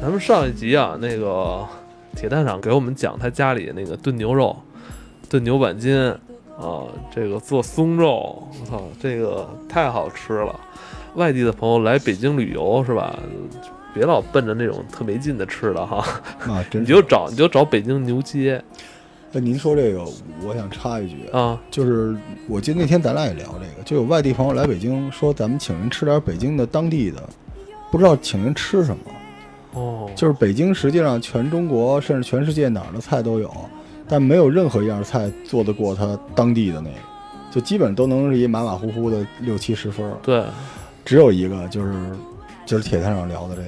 咱们上一集啊，那个铁蛋长给我们讲他家里那个炖牛肉、炖牛板筋啊，这个做松肉，我、啊、操，这个太好吃了。外地的朋友来北京旅游是吧？别老奔着那种特没劲的吃的哈，啊，真你是就找你就找北京牛街那您说这个，我想插一句，啊，就是我记得那天咱俩也聊这个，就有外地朋友来北京说咱们请人吃点北京的当地的，不知道请人吃什么。哦，就是北京实际上全中国甚至全世界哪儿的菜都有，但没有任何一样菜做得过它当地的那个，就基本都能是一马马虎虎的六七十分儿。对只有一个就是就是铁探长聊的这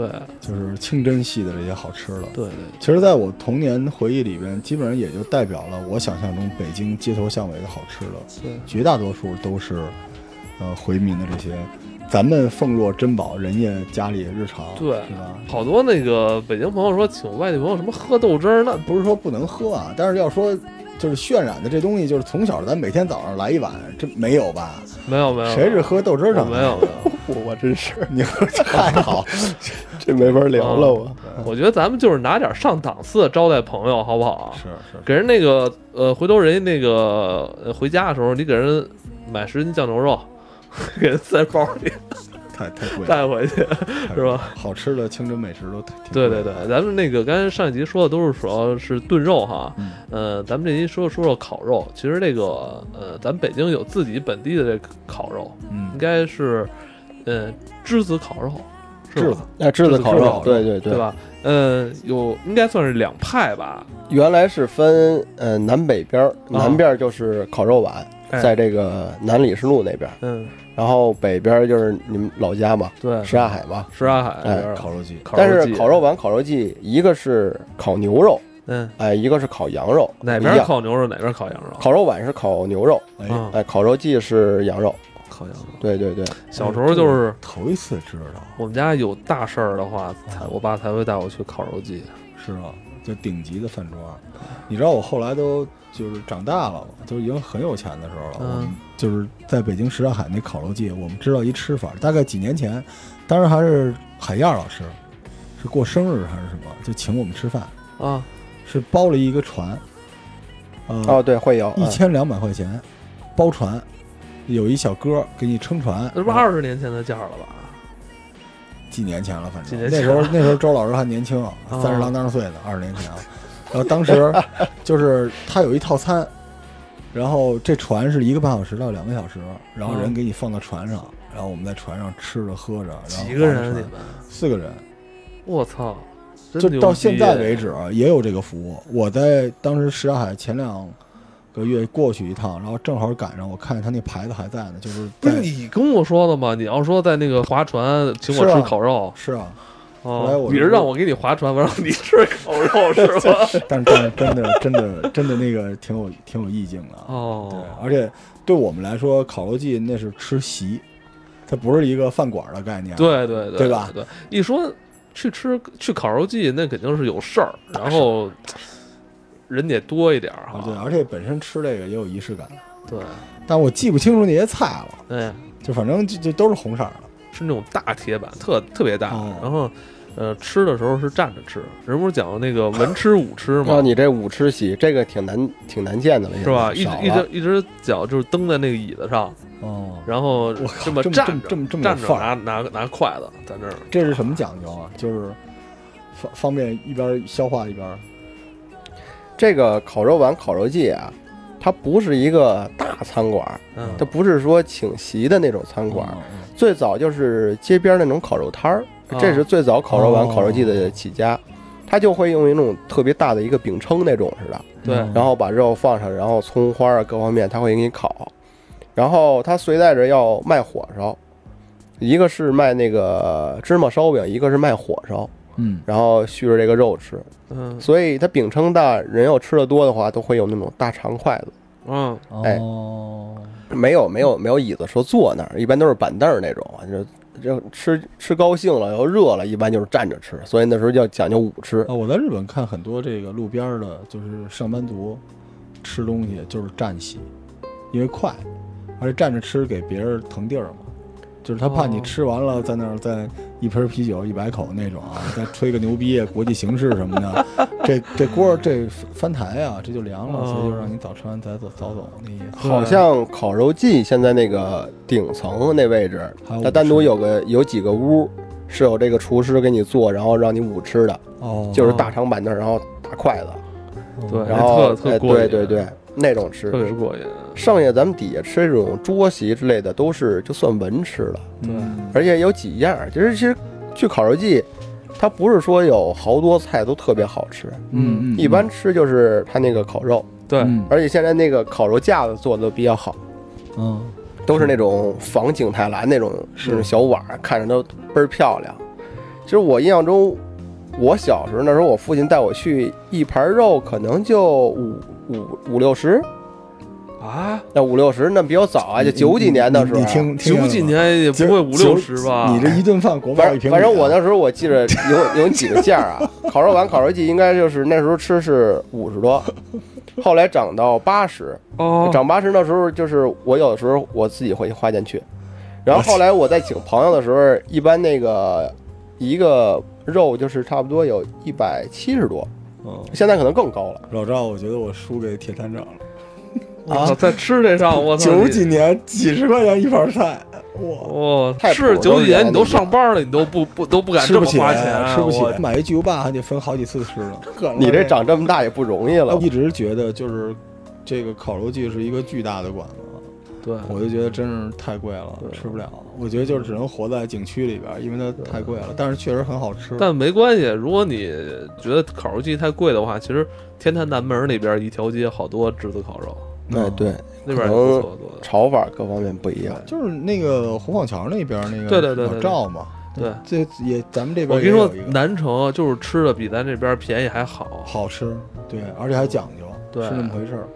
个，对就是清真系的这些好吃的。对对，其实，在我童年回忆里边，基本上也就代表了我想象中北京街头巷尾的好吃的，对绝大多数都是，呃，回民的这些，咱们奉若珍宝，人家家里日常，对是吧？好多那个北京朋友说请外地朋友什么喝豆汁儿，那不是说不能喝啊，但是要说就是渲染的这东西，就是从小咱每天早上来一碗，这没有吧？没有没有，谁是喝豆汁儿我长没 大有的？哎没有，我我真是你喝太好，这没法聊了，哦我嗯我觉得咱们就是拿点上档次的招待朋友，好不好？是是给人那个呃，回头人家那个呃回家的时候，你给人买十斤酱牛肉， 给人塞包里太太贵了，带回去。太贵了是吧？好吃的清真美食都挺挺对贵对的对，咱们那个刚才上一集说的都是主要是炖肉哈，嗯呃，咱们这集说说说烤肉。其实这个呃，咱们北京有自己本地的这个烤肉，应嗯，该是呃栀子烤肉，是吧质子哎，炙子子烤烤肉肉，对对对对，吧？呃，有应该算是两派吧，原来是分呃南北边儿，南边儿就是烤肉碗，啊哎在这个南礼士路那边儿，嗯，然后北边儿就是你们老家嘛，对，什刹海嘛。什刹海那哎边儿烤肉季，嗯烤但是季烤肉碗、烤肉季，一个是烤牛肉，嗯，哎，一个是烤羊肉，哪不一边样烤牛肉哪边烤羊肉？烤肉碗是烤牛肉，哎，啊，哎，烤肉季是羊肉。烤羊肉。对对对，小时候就是头一次知道，我们家有大事儿的话，才我爸才会带我去烤肉季。是啊，就顶级的饭桌。啊你知道我后来都就是长大了，就已经很有钱的时候了。嗯我们就是在北京什刹海那烤肉季，我们知道一吃法，大概几年前，当时还是海燕老师，是过生日还是什么，就请我们吃饭，啊，是包了一个船，呃，哦对，会有一嗯千两百块钱包船，有一小哥给你撑船，那不二十年前的价了吧？几年前了，反几正年那前哦时候那时候周老师还年轻，啊三十郎当岁呢，二十年前啊。然后当时 就是他有一套餐，然后这船是一个半小时到两个小时，然后人哦给你放到船上，然后我们在船上吃着喝着，然后几个人啊划你着们船？四个人，我操！真就牛到逼哎现在为止啊也有这个服务。我在当时什刹海前两个月过去一趟，然后正好赶上，我看见他那牌子还在呢，就是不在是你跟我说的吗？你要说在那个划船请我是吃啊烤肉，是啊，后来哦，我你是让我给你划船，我让你吃烤肉 是吧？但是但是真的真的真的那个挺有挺有意境的啊。对哦，，而且对我们来说，烤肉季那是吃席，它不是一个饭馆的概念。，对对对对吧对，一说去吃去烤肉季，那肯定是有事儿，然后人得多一点儿啊对，哈。而且本身吃这个也有仪式感。对，但我记不清楚那些菜了，哎，就反正就就都是红色儿的。是那种大铁板，特特别大哦，然后。呃，吃的时候是站着吃，人不是讲那个文吃武吃哦，吗？你这五吃席，这个挺难挺难见的了，是吧？一现直在一少了啊直一只脚就是蹬在那个椅子上，哦，然后我靠么这么站着，这么这么这么有站着范拿儿拿拿筷子在那儿，这是什么讲究啊？就是方方便一边消化一边。这个烤肉碗、烤肉季啊，它不是一个大餐馆，嗯，它不是说请席的那种餐馆，嗯嗯最早就是街边那种烤肉摊儿，啊这是最早烤肉碗、哦烤肉季的起家。它就会用一种特别大的一个饼铛那种似的，对，嗯然后把肉放上，然后葱花啊各方面，它会给你烤。然后它随带着要卖火烧，一个是卖那个芝麻烧饼，一个是卖火烧，嗯，然后续着这个肉吃。嗯所以它饼铛大，人要吃的多的话，都会有那种大长筷子。嗯，哎哦，没有没有没有椅子说坐那儿，一般都是板凳儿那种，就就吃吃高兴了，要热了，一般就是站着吃，所以那时候要讲究午吃啊，。我在日本看很多这个路边儿的，就是上班族吃东西就是站席，因为快，而且站着吃给别人腾地儿嘛，就是他怕你哦吃完了在那儿再一瓶啤酒一百口那种啊，再吹个牛逼，国际形势什么的，这这锅儿这翻台啊，这就凉了，所以哦就让你早吃完早走早走那意思。好像烤肉季现在那个顶层那位置哦还有，它单独有个有几个屋是有这个厨师给你做，然后让你午吃的，哦，就是大长板凳，然后大筷子，对然后哦特特哎过对瘾对对，那种吃特别过瘾。剩下咱们底下吃这种桌席之类的，都是就算文吃了，对，而且有几样儿，其实其实去烤肉季，它不是说有好多菜都特别好吃，嗯，嗯一般吃就是它那个烤肉，对，嗯而且现在那个烤肉架子做的比较好，嗯，都是那种仿景泰蓝那种是那种小碗儿，看着都倍儿漂亮。其实我印象中，我小时候那时候，我父亲带我去一盘肉，可能就五五五六十，啊，那五六十那比较早啊，就九几年的时候啊、你听听九见了几吗年也不会五六十吧？你这一顿饭国反贸一正瓶，反正我那时候我记着 有有几个价啊，烤肉丸、烤肉季应该就是那时候吃是五十多，后来涨到八十，哦，涨八十那时候就是我有的时候我自己会花钱去，然后后来我在请朋友的时候，一般那个一个肉就是差不多有一百七十多，嗯，现在可能更高了。老赵，我觉得我输给铁探长了。 我啊操，在吃这上，我操，九你几年几十块钱一盘 菜，哇，哦，太是普九通几年人了你都你上班了，你都不不都不敢吃这不么起，花钱，啊吃不起我，买一巨无霸还得分好几次吃呢。你这长这么大也不容易了我，一直觉得就是这个烤肉季是一个巨大的馆子，对，我就觉得真是太贵了，对吃不了。我觉得就是只能活在景区里边，因为它太贵了，但是确实很好吃。但没关系，如果你觉得烤肉季太贵的话，其实天坛南门那边一条街好多炙子烤肉，嗯哎对，那边也可不错能做的。炒法各方面不一样。啊就是那个红坊桥那边那个对对对对老赵嘛，对，这也咱们这边我跟你也说有一，个南城就是吃的比咱这边便宜还好，好吃，对，而且还讲究，对是那么回事儿。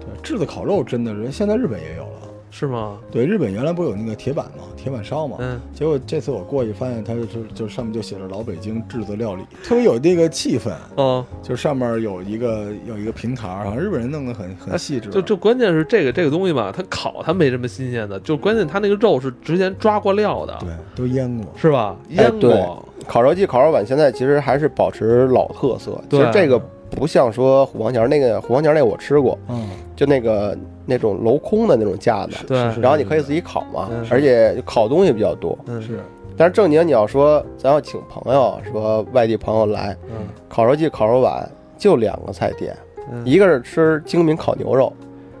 对，炙子烤肉真的是，现在日本也有了。是吗？对，日本原来不是有那个铁板吗？铁板烧吗？嗯，结果这次我过去发现，它就是就上面就写着“老北京炙子料理”，特别有那个气氛。哦，就上面有一个有一个平台，好像日本人弄得很很细致。哎就就关键是这个这个东西吧，它烤它没什么新鲜的，就关键它那个肉是之前抓过料的，对，哎都腌过。是吧？腌对过，烤肉季、烤肉碗现在其实还是保持老特色，其对实这个不像说虎坊桥那个虎坊桥那我吃过，嗯，就那个那种镂空的那种架子，对是然后你可以自己烤嘛嗯，而且烤东西比较多。嗯，是啊但是正经你要说咱要请朋友，说外地朋友来嗯烤肉季、烤肉碗就两个菜店，嗯一个是吃精明烤牛肉，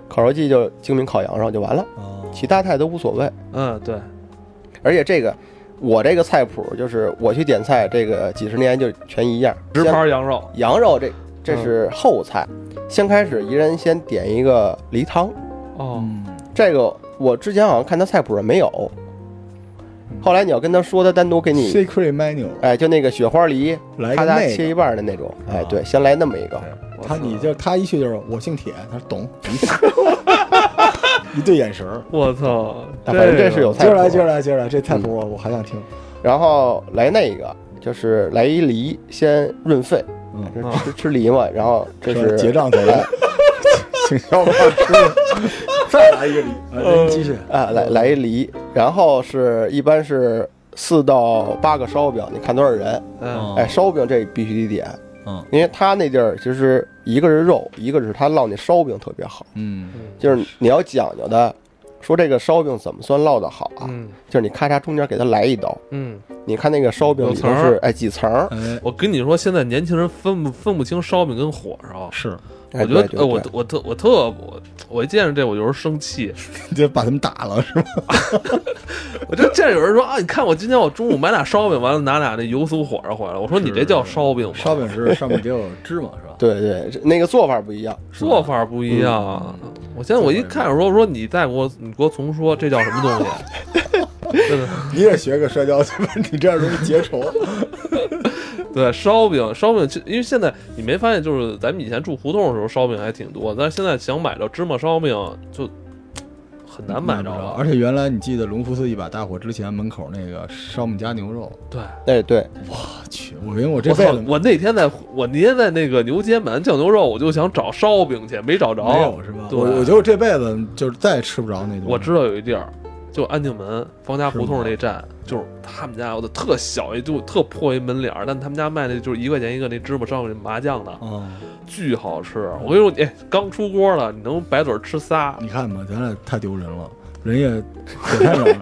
烤肉季就精明烤羊肉就完了，啊，哦其他菜都无所谓。嗯，对，而且这个我这个菜谱就是我去点菜，这个几十年就全一样，直盘羊肉，羊肉这嗯这是后菜，先开始一人先点一个梨汤，哦，嗯，这个我之前好像看他菜谱上没有，嗯后来你要跟他说，他单独给你， secret menu 哎，就那个雪花梨，来咔个嚓那个。切一半的那种，哎啊，对，先来那么一个，我他操你就他一去就是我姓铁，他说懂，一对眼神儿。我操，啊反正这是有接菜着谱来，接着的，来，接着来，这菜嗯谱我我还想听。然后来那个就是来一梨，先润肺，嗯，就吃吃梨嘛，然后这说是结账 走了，请小伙伴吃了，再来一个梨。嗯啊您继续。 啊，来来一梨，然后是一般是四到八个烧饼，你看多少人？嗯，哎，烧饼这必须得点，嗯因为他那地儿其实一个是肉，一个是他烙那烧饼特别好，嗯就是你要讲究的，说这个烧饼怎么算烙的好啊？嗯就是你咔嚓中间给它来一刀，嗯，你看那个烧饼有里层头儿是哎几层儿，哎，我跟你说，现在年轻人分不分不清烧饼跟火烧。是，我哎觉得对，对呃，我对我特我特我我一见着这我有时候生气，你就把他们打了是吧？我就见着有人说啊，你看我今天我中午买俩烧饼，完了拿俩那油酥火烧回来，我说你这叫烧饼吗？烧饼是上面得有芝麻是吧？对对，这那个做法不一样，做法不一样。嗯我现在我一看我说说你再给我你给我重说这叫什么东西？啊真 的你也学个摔跤去吧，你这样容易结仇。对，烧饼，烧饼，其因为现在你没发现，就是咱们以前住胡同的时候，烧饼还挺多，但是现在想买着芝麻烧饼就很难买着了。而且原来你记得隆福寺一把大火之前门口那个烧饼夹牛肉，对，哎对，我去，我因为我这我辈操子！我那天在我那天在那个牛街买完酱牛肉，我就想找烧饼去，没找着。没有是吧？对，我我觉得我这辈子就是再也吃不着那东西。我知道有一地儿，就安定门方家胡同那站，就是他们家有的特小一就特破一门脸儿，但他们家卖的就是一块钱一个那芝麻烧饼麻酱的，嗯，巨好吃。我跟你说，哎，刚出锅了，你能白嘴吃仨，你看吧，咱俩太丢人了。人家给他们，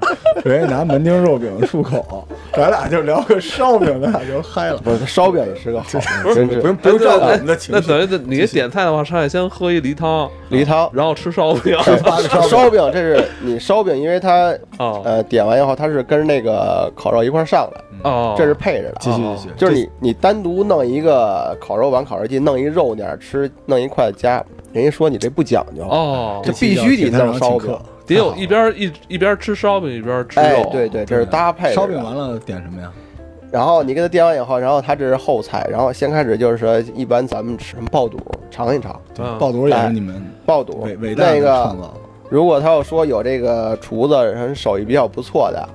人家拿门钉肉饼漱口，咱俩就聊个烧饼，咱俩就嗨了。不是呃烧饼也是 个好，真不是用不用照顾我哎们的情那绪等，于你点菜的话，上来先喝一梨汤，梨汤。然后吃烧饼 对八个烧烧饼，这是你烧饼，因为它啊呃点完以后，它是跟那个烤肉一块儿上的，哦，这是配着的。啊继续哦继续，就是你你单独弄一个烤肉碗、烤肉机，弄一肉点儿吃，弄一筷子夹，人家说你这不讲究。哦这，必须得弄烧饼得有一边一一边吃烧饼一边吃哎肉，，对对，这是搭配着的烧饼完了点什么呀？然后你给他点完以后，然后他这是后菜，然后先开始就是说，一般咱们吃什么爆肚，尝一尝嗯爆肚也是你们爆肚伟伟。大哎那的个创，造。如果他要说有这个厨子人手艺比较不错的，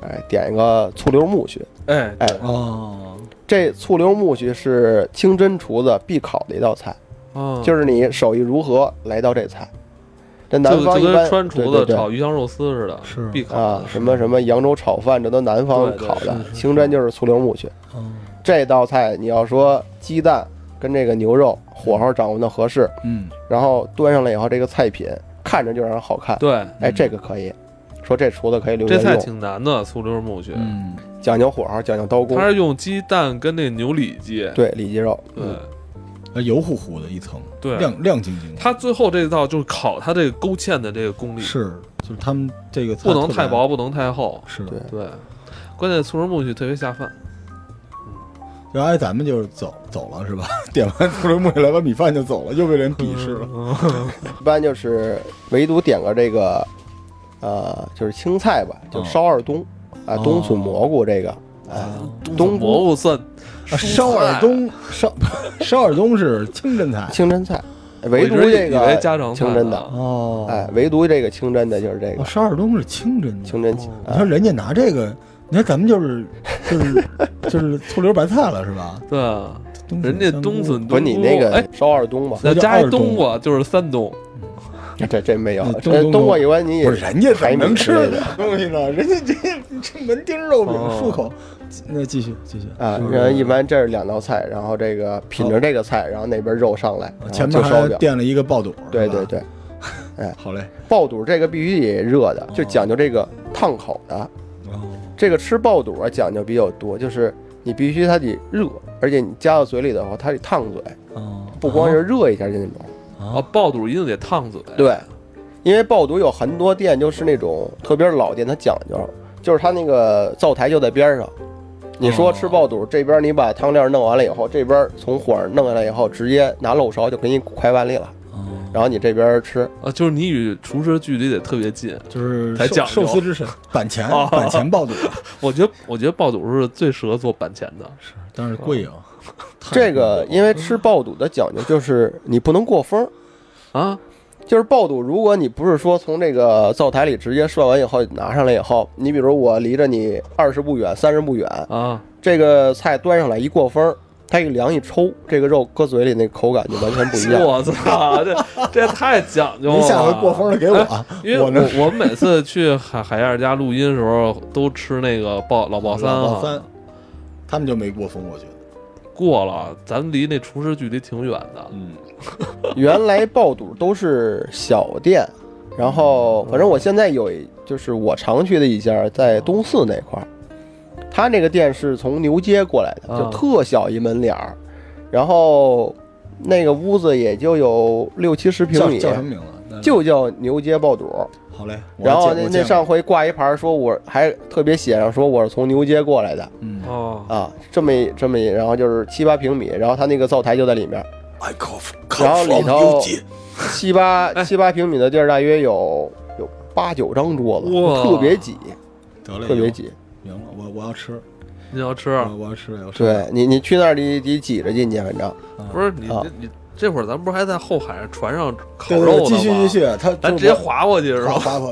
哎，点一个醋溜木须。哎，哎哦，这醋溜木须是清真厨子必烤的一道菜，嗯就是你手艺如何来到这菜。这南就方就一般跟川厨对对子对炒鱼香肉丝似的，是必烤啊的，什么什么扬州炒饭，这都南方对对烤的是。是清真就是醋溜木须。哦，这道菜你要说鸡蛋跟这个牛肉火候掌握的合适，嗯，然后端上来以后这个菜品看着就让人好看，对，哎，这个可以。说这厨子可以留这着菜用，挺难的，醋溜木须，嗯，讲究火候，讲究刀工它，是用鸡蛋跟那牛里脊，对里脊肉，嗯对呃油乎乎的一层，对，啊亮亮晶晶的。它最后这道就是烤它这个勾芡的这个功力，是，就是他们这个菜不能特别太，薄，不能太厚，是对的。对，关键醋溜木须特别下饭，原来哎咱们就是走走了是吧？ 点完醋溜木须来碗米饭就走了，又被人鄙视了。嗯一般就是唯独点个这个，呃，就是青菜吧，嗯就烧二冬，啊，哦冬笋蘑菇这个，哎，嗯冬蘑菇算啊烧耳冬，烧烧耳冬是清真菜清真菜，我唯一独直这以为个家常菜清真的呢哦哎，唯独这个清真的就是这哦个烧耳冬是清真的。清真菜哦，你看人家拿这个，你看咱们就是就是就是醋溜白菜了是吧？对，啊冬人家香冬菇笋不是你冬那菇个哎，烧二冬吧？要加一啊那叫二冬啊冬瓜就是三冬，这这没有嗯那，冬这冬冬瓜菇一般你也不是人家怎还么能吃这这个种东西呢？人家这这门钉肉饼哦漱口，那继续继续啊是嗯不，是然后一般这是两道菜，然后这个品哦着这个菜，然后那边肉上来，然后前就面烧还饼。垫了一个爆肚，对是吧对，对，好嘞，爆肚这个必须得热的，就讲究这个烫口的。哦，这个吃爆肚啊讲究比较多，就是你必须它得热，而且你夹到嘴里的话，它得烫嘴，哦不光是热一下就那种。啊，爆肚一定得烫嘴，对，因为爆肚有很多店就是那种特别老店，它讲究，就是它那个灶台就在边上。你说吃爆肚，这边你把汤料弄完了以后，这边从火上弄下来以后，直接拿漏勺就给你㧟碗里了，哦，然后你这边吃。啊，就是你与厨师的距离得特别近。就是才寿讲究寿司之神板前哦板前爆肚， 我觉得，我觉得爆肚是最适合做板前的。是，但是 贵啊，太这贵个了因为吃爆肚的讲究就是你不能过风，啊，就是爆肚，如果你不是说从这个灶台里直接涮完以后拿上来以后，你比如我离着你二十步远、三十步远，啊，这个菜端上来一过风儿，它一凉一抽，这个肉搁嘴里那口感就完全不一样。我操，这 这也太讲究了。您下回过风了给我啊， 因为我呢我我每次去海海燕家录音的时候，都吃那个爆老爆三老啊，爆三，他们就没过风，我觉得，过了，咱们离那厨师距离挺远的。嗯，原来爆肚都是小店，然后反正我现在有一，就是我常去的一家在东四那块儿，他那个店是从牛街过来的，就啊特小一门脸儿，然后那个屋子也就有六七十平叫米，叫什么名字？啊就叫牛街爆肚。好嘞，我然后见那我那见上过回挂一牌儿说我还特别写上说我是从牛街过来的嗯哦，啊，这么一这么一，然后就是七八平米，然后他那个灶台就在里面， ，I cough， 然后里头 cough 七八哎七八平米的地儿，大约有有八九张桌子，哇特别挤，哎得嘞，特别有挤。明了，我我要吃，你要吃，我我要吃，我要吃。对你，你去那儿得得挤着进去，反正啊，不是你啊你你这会儿咱们不是还在后海船上烤对对肉呢吗？对，继续继续，他咱就直接我划过去是划吧？划划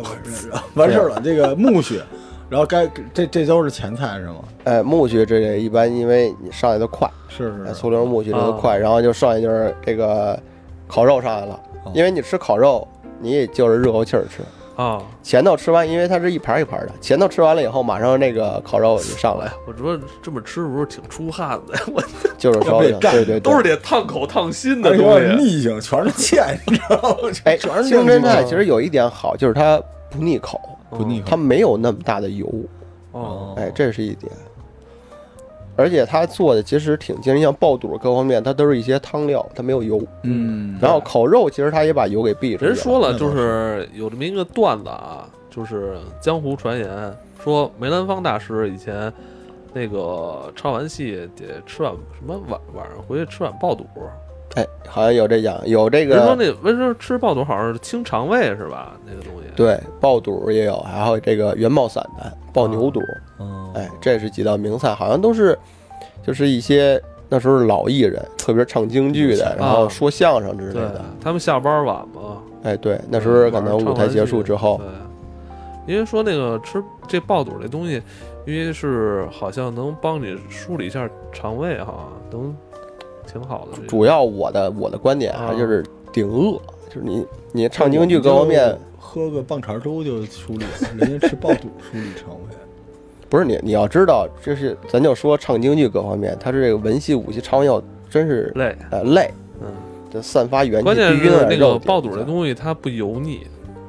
划，完事儿了。这个苜蓿，然后该这这都是前菜是吗？哎，木须这个一般，因为你上来的快，是哎是是，啊醋溜木须这个快，然后就上来就是这个烤肉上来了哦，因为你吃烤肉，你也就是热乎气儿吃，啊，前头吃完，因为它是一盘一盘的，前头吃完了以后，马上那个烤肉就上来，我说这么吃是不是挺出汗的？我就是要烧的被，干对对对，都是得烫口烫心的而且东我有西。逆性，全是欠，你知道吗？哎，全是清那真种菜其实有一点好，就是它不腻口，嗯不腻口它没有那么大的油，哦，哎，这是一点。而且它做的其实挺精，像爆肚各方面，它都是一些汤料，它没有油。嗯，然后烤肉其实它也把油给避出去了。人说那了，倒就是是有这么一个段子啊，就是江湖传言说梅兰芳大师以前那个唱完戏得吃碗什么晚晚上回去吃碗爆肚，哎，好像有这讲，有这人说个那人说吃爆肚好像是清肠胃是吧？那个东西。对爆肚也有，还有这个元爆散的啊爆牛肚，哦嗯，哎，这是几道名菜，好像都是就是一些那时候老艺人，特别是唱京剧的，然啊后说相声之类对的。，他们下班晚嘛，哎，对，那时嗯候可能舞台结束之后，对，因为说那个吃这爆肚这东西，因为是好像能帮你梳理一下肠胃哈，能挺好的。主要我的我的观点还啊就是顶饿，就是你你唱京剧各方哦面，，喝个棒碴粥就梳理了，人家吃爆肚梳理肠胃。不是你你要知道，这是咱就说唱京剧各方面，它是这个文戏武戏唱要真是累，呃累，嗯，这散发元气，关键逼是晕了那肉个体爆肚这东西它不油腻，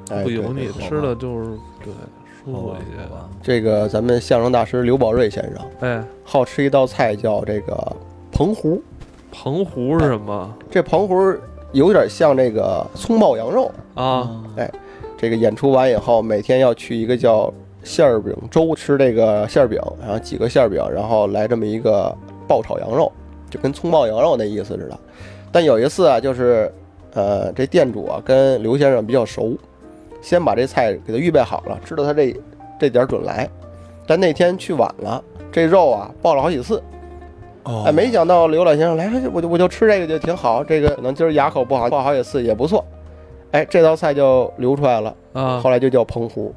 哎不对油腻，对好吃吧的就是对舒好服吧一些。好吧这个咱们相声大师刘宝瑞先生哎，好吃一道菜叫这个澎湖，澎湖是什么这澎湖有点像这个葱爆羊肉。啊？这个演出完以后，每天要去一个叫馅儿饼粥吃这个馅儿饼，然后几个馅儿饼，然后来这么一个爆炒羊肉，就跟葱爆羊肉那意思似的。但有一次啊，就是呃，这店主啊跟刘先生比较熟，先把这菜给他预备好了，知道他这这点儿准来。但那天去晚了，这肉啊爆了好几次，哦，哎，没想到刘老先生来，我就我就吃这个就挺好，这个可能今儿牙口不好，爆好几次也不错。哎，这道菜就流出来了。啊后，来就叫澎湖，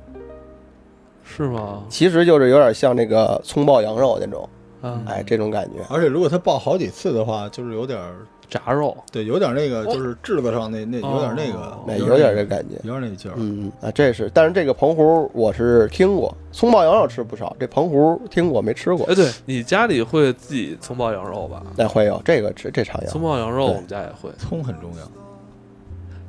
是吗？其实就是有点像这个葱爆羊肉那种，啊，嗯哎，这种感觉。而且如果他爆好几次的话，就是有点儿，炸肉对，有点儿那个，就是质子上那那有点儿那哦个，哎，有有点儿点那这个感觉，有点儿那劲儿。嗯啊，这是，但是这个澎湖我是听过，葱爆羊肉吃不少，这澎湖听过没吃过哎，，对你家里会自己葱爆羊肉吧？那会有这个吃这常葱有，爆羊肉对我们家也会，葱很重要，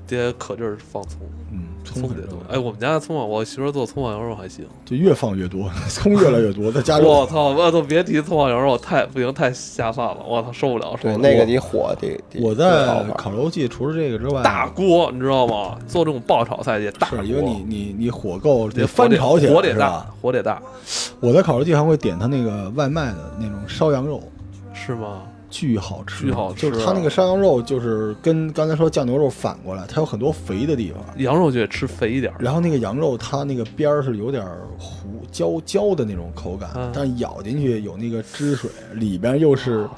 爹可劲儿放葱，嗯，葱葱得很多重。要，哎，我们家的葱爆，我媳妇儿做葱爆羊肉还行。就越放越多，葱越来越多，再加我入操，我操，别提葱爆羊肉，太不行，太下饭了，我操，受不了，受不对，了。那个得火得得我烤在法烤肉季除了这个之外，大锅，你知道吗？做这种爆炒菜也大锅，是因为你你你火够得得翻炒起来，火得是大吧？，火得大，我在烤肉季还会点他那个外卖的那种烧羊肉，是吗？巨好吃，巨好吃啊就是它那个烧羊肉，就是跟刚才说酱牛肉反过来，它有很多肥的地方，羊肉就得吃肥一点儿，然后那个羊肉它那个边儿是有点儿糊焦焦的那种口感，嗯但是咬进去有那个汁水，里边又是。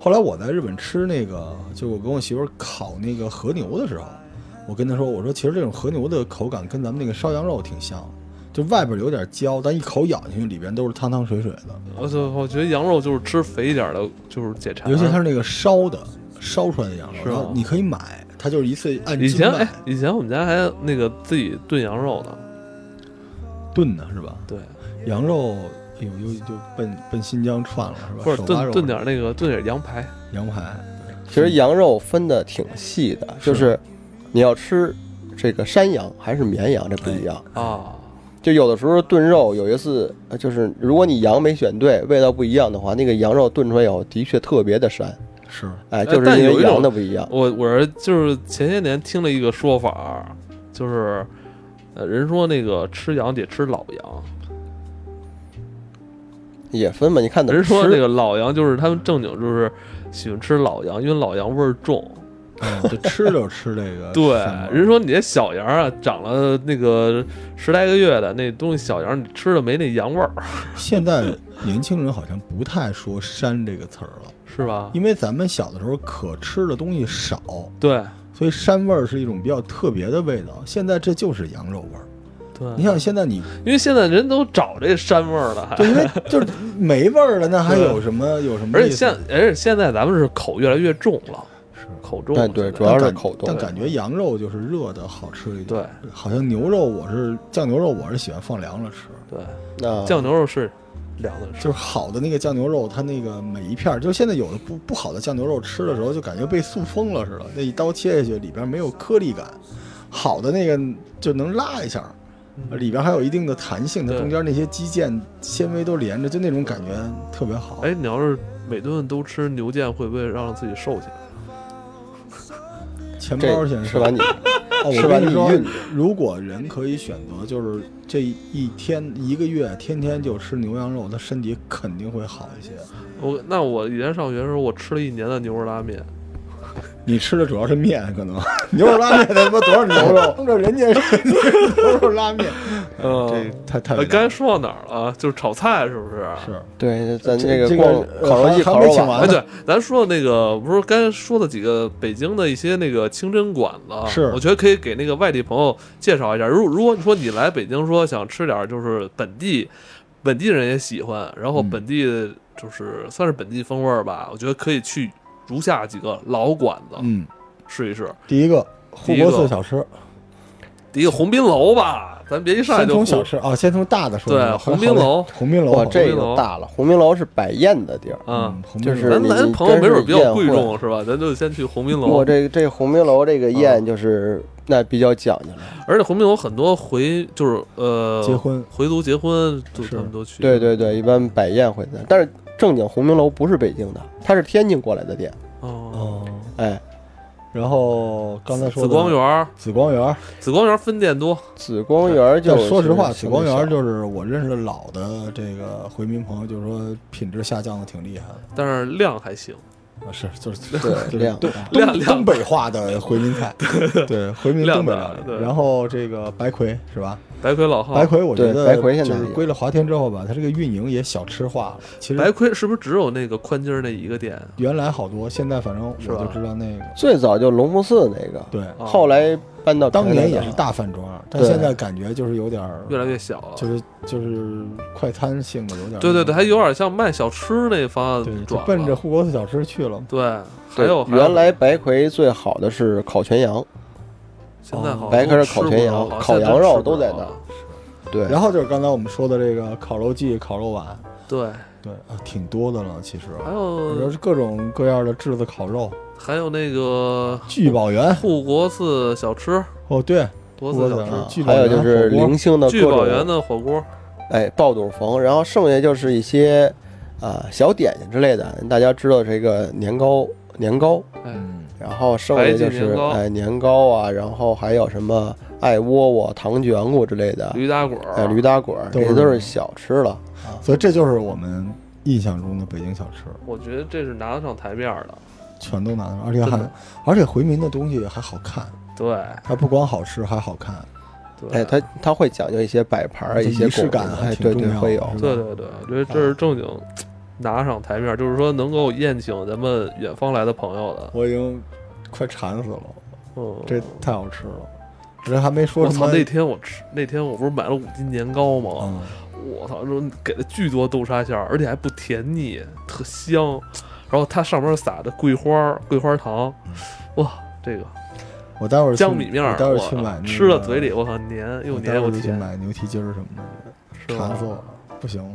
后来我在日本吃那个，就我跟我媳妇儿烤那个和牛的时候，我跟她说，我说其实这种和牛的口感跟咱们那个烧羊肉挺像，就外边有点焦，但一口咬进去里边都是汤汤水水的。我就我觉得羊肉就是吃肥一点儿的，就是解馋。尤其它是那个烧的，烧出来的羊肉，嗯是吗然后你可以买，它就是一次按以斤前卖哎，以前我们家还那个自己炖羊肉呢，炖的是吧？对，羊肉，哎呦，又就奔奔新疆串了是吧？或者手扒炖肉炖点儿那个炖点儿羊排，羊排，其实羊肉分的挺细的，就是你要吃这个山羊还是绵羊，这不一样。啊，就有的时候炖肉，有一次呃就是如果你羊没选对，味道不一样的话，那个羊肉炖出来以后的确特别的膻，嗯是哎，哎就是但因有为一种羊的不一样。我我是就是前些年听了一个说法儿，就是呃人说那个吃羊得吃老羊，也分吧，你看怎么人吃。说那个老羊就是他们正经就是喜欢吃老羊，因为老羊味儿重。嗯，就吃就吃这 个对山味，儿人说你这小羊啊，长了那个十来个月的那东西小羊，你吃的没那羊味儿，现在年轻人好像不太说“山”这个词儿了，是吧？因为咱们小的时候可吃的东西少，对所以山味儿是一种比较特别的味道。现在这就是羊肉味儿。嗯对，你想，现在你因为现在人都找这山味儿了，还。对，因为就是没味儿了，那还有什么有什么而且意思？现而且现在咱们是口越来越重了，是哎口重嘛对现在，对，主要是但口但冻。感觉羊肉就是热的好吃一点。对好像牛肉我是酱牛肉，我是喜欢放凉了吃。对，那酱牛肉是凉的吃，就是好的那个酱牛肉，它那个每一片儿，就现在有的不不好的酱牛肉吃的时候，就感觉被塑封了似的，那一刀切下去里边没有颗粒感。好的那个就能拉一下，嗯里边还有一定的弹性，它对中间那些肌腱纤维都连着，就那种感觉特别好。哎，你要是每顿都吃牛腱，会不会让自己瘦起来？钱包这先吃完你哦，吃我完跟你你说晕，如果人可以选择，就是这一天一个月天天就吃牛羊肉，他身体肯定会好一些。我那我以前上学的时候，我吃了一年的牛肉拉面，你吃的主要是面，可能 牛肉拉面他妈多少牛 肉，按照人家是牛肉拉面，嗯，这太太呃啊伟刚才大了说到哪儿了啊？就是炒菜是不是？是对，咱这那这个光呃烤肉还季、烤没肉请晚完哎，呢对，咱说那个不是刚才说的几个北京的一些那个清真馆子，啊是我觉得可以给那个外地朋友介绍一下。如如果你说你来北京说想吃点儿就是本地本地人也喜欢，然后嗯本地就是算是本地风味儿吧，我觉得可以去如下几个老馆子嗯，试一试。第一个第护一个国寺小吃，第一个红宾楼吧，咱别一上来先就从小互吃啊，先从大的说起对吧。红好冰嘞楼红冰楼 哇，好，这楼个大了。鸿明楼是摆宴的地儿，啊嗯，，红冰楼就是咱你咱朋友真没是准儿比较宴贵会重是吧？咱就先去红宾楼我。这这鸿明楼这个宴就是那比较讲究了。而且红宾楼很多回就是呃结婚回族结婚，就是他们都去。对对对，一般摆宴会的，但是正经鸿明楼不是北京的，它是天津过来的店。哦，哦，哎，然后刚才紫说的光园儿，紫光园儿，紫光园儿分店多，紫光园就但说实话，是紫光园儿就是我认识的老的这个回民朋友，就是说品质下降的挺厉害的但是量还行。啊，是就是对就是量对量东量东北 话的回民菜，对回民东北量料大对哦理。然后这个白魁是吧？白魁老号，白魁我觉对得白魁现在就是也归了华天之后吧，它这个运营也小吃化了。其白实魁是不是只有那个宽街儿那一个店？啊原来好多，现在反正我是吧就知道那个最早就龙福寺那个，对，哦后来搬到当年别的也地是儿大饭庄，但对现在感觉就是有点儿越来越小了。就是就是快餐性的有点儿对对对，那种还有点像卖小吃那方对，向就转了奔着护国寺小吃去了。对，还对有还有原来白魁最好的是烤全羊，现在好像白都魁是吃烤不全着羊了烤现在羊真肉吃不都着在了那儿对，然后就是刚才我们说的这个烤肉季、烤肉碗，对，对啊，挺多的了。其实，还然后有是各种各样的炙子烤肉、还有那个聚宝园。护国寺小吃，哦，对，多寺小我的吃，聚宝啊还园有就是火锅零星的聚各宝园种的火锅，哎爆肚房，然后剩下就是一些啊小点心之类的，大家知道这个年糕年糕，哎，嗯，然后剩下就白记年是糕哎年糕啊，然后还有什么艾窝窝、糖卷果之类的，驴打滚儿，哎驴打滚儿，都这是些都是小吃了。啊所以这就是我们印象中的北京小吃，我觉得这是拿得上台面儿的，全都拿到，而且真还的而且回民的东西还好看，对还不光好吃，还好看。对，哎，它它会讲究一些摆盘儿，这一些仪式拱感形还哎，挺对重对，要的会有是吧对对对，我觉得这是正经拿上台面儿，就是说能够宴请咱们远方来的朋友的。我已经快馋死了，嗯，这太好吃了。这还没说我什操！么，那天我吃，那天我不是买了五斤年糕吗？嗯，我操，说给了巨多豆沙馅儿，而且还不甜腻，特香。然后它上面撒的桂花儿、桂花糖，哇，这个我待会儿去江米面儿我，待会儿我去买那个吃了嘴里，我操，黏又我黏又待会儿去甜，买牛蹄筋儿什么的，是吧馋死我了，不行 了。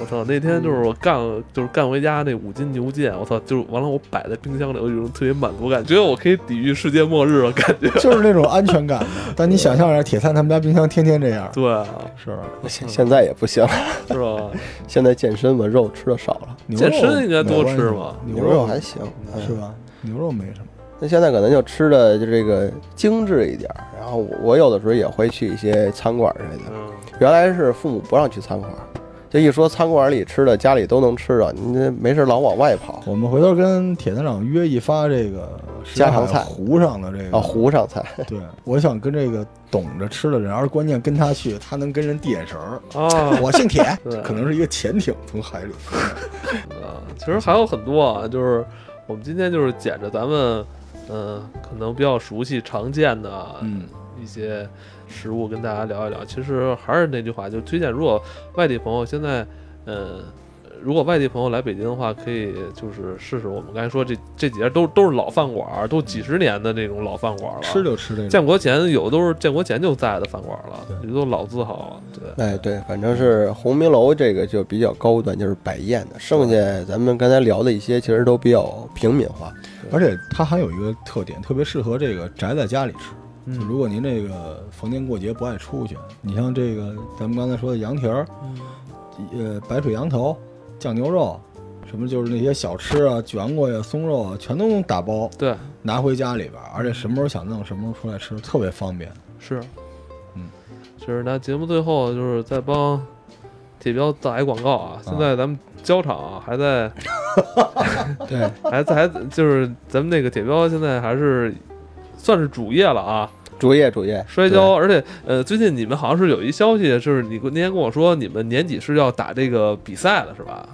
我操！那天就是我干，就是干回家那五斤牛腱，我操！就是完了，我摆在冰箱里，我有一种特别满足感，觉得我可以抵御世界末日的感觉。就是那种安全感的。但你想象一下，铁三他们家冰箱天天这样，对啊，是现现在也不行，是吧？现在健身嘛，肉吃的少了，牛肉健身应该多吃没吧关系牛牛肉肉还行，哎是吧？牛肉没什么，那现在可能就吃的就这个精致一点儿，然后我我有的时候也会去一些餐馆之类的。嗯，原来是父母不让去餐馆，就一说餐馆里吃的，家里都能吃着，你这没事老往外跑我们回头跟铁三长约一发这个家常菜湖上的这个啊，糊上菜。对，我想跟这个懂着吃的人，而关键跟他去，他能跟人递眼神儿。啊我姓铁 对，可能是一个潜艇从海里。啊，其实还有很多啊，就是我们今天就是捡着咱们，嗯、可能比较熟悉、常见的啊嗯，一些食物跟大家聊一聊。其实还是那句话，就推荐如果外地朋友现在，嗯、呃如果外地朋友来北京的话，可以就是试试我们刚才说这这几家都都是老饭馆儿，都几十年的这种老饭馆儿了。吃就吃这种。建国前有都是建国前就在的饭馆儿了，对这都老字号了。对，哎，对，反正是鸿明楼这个就比较高端，就是摆宴的。剩下咱们刚才聊的一些，其实都比较平民化。而且它还有一个特点，特别适合这个宅在家里吃。嗯就如果您这个逢年过节不爱出去，你像这个咱们刚才说的羊蹄儿，嗯呃，白水羊头、酱牛肉，什么就是那些小吃啊、卷果呀、松肉啊，全都能打包对，拿回家里边儿，而且什么时候想弄什么时候出来吃，特别 方便。是，嗯，就是那节目最后就是再帮铁彪打一广告啊！现在咱们交场啊还在对， 还在还就是咱们那个铁彪现在还是算是主业了啊，主业主业，摔跤，而且呃最近你们好像是有一消息，就是你那天跟我说你们年底是要打这个比赛了是吧？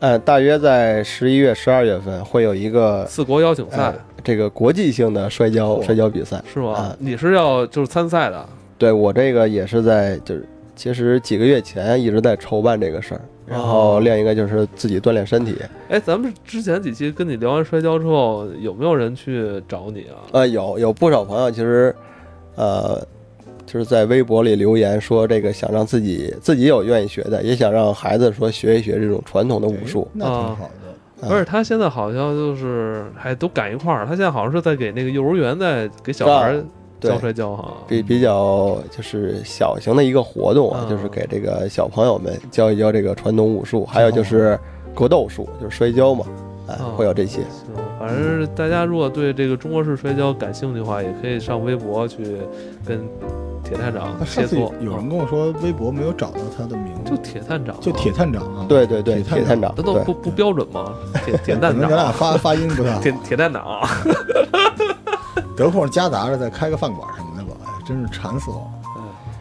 呃，大约在十一月、十二月份会有一个四国邀请赛、呃这个国际性的摔跤嚯摔跤比赛。是吗？啊你是要就是参赛的？对我这个也是在就是。其实几个月前一直在筹办这个事儿，然哦后另一个就是自己锻炼身体。哎，咱们之前几期跟你聊完摔跤之后，有没有人去找你啊？呃，有有不少朋友其实，呃，就是在微博里留言说这个想让自己自己有愿意学的，也想让孩子说学一学这种传统的武术哎。那挺好的。啊而且他现在好像就是还都赶一块儿，他现在好像是在给那个幼儿园在给小孩儿啊对教摔跤哈。比比较就是小型的一个活动啊，嗯就是给这个小朋友们教一教这个传统武术，还有就是格斗术，就是摔跤嘛，啊嗯，会有这些。行，反正大家如果对这个中国式摔跤感兴趣的话，也可以上微博去跟铁探长他上切次磋。有人嗯跟我说微博没有找到他的名就字，铁探长，就铁，探长啊。对对对，铁铁探探长长，那都对不不标准吗？铁铁可蛋能咱俩长，发发音不太好，铁铁蛋长，得空夹杂着再开个饭馆什么的吧，哎真是馋死我了。哎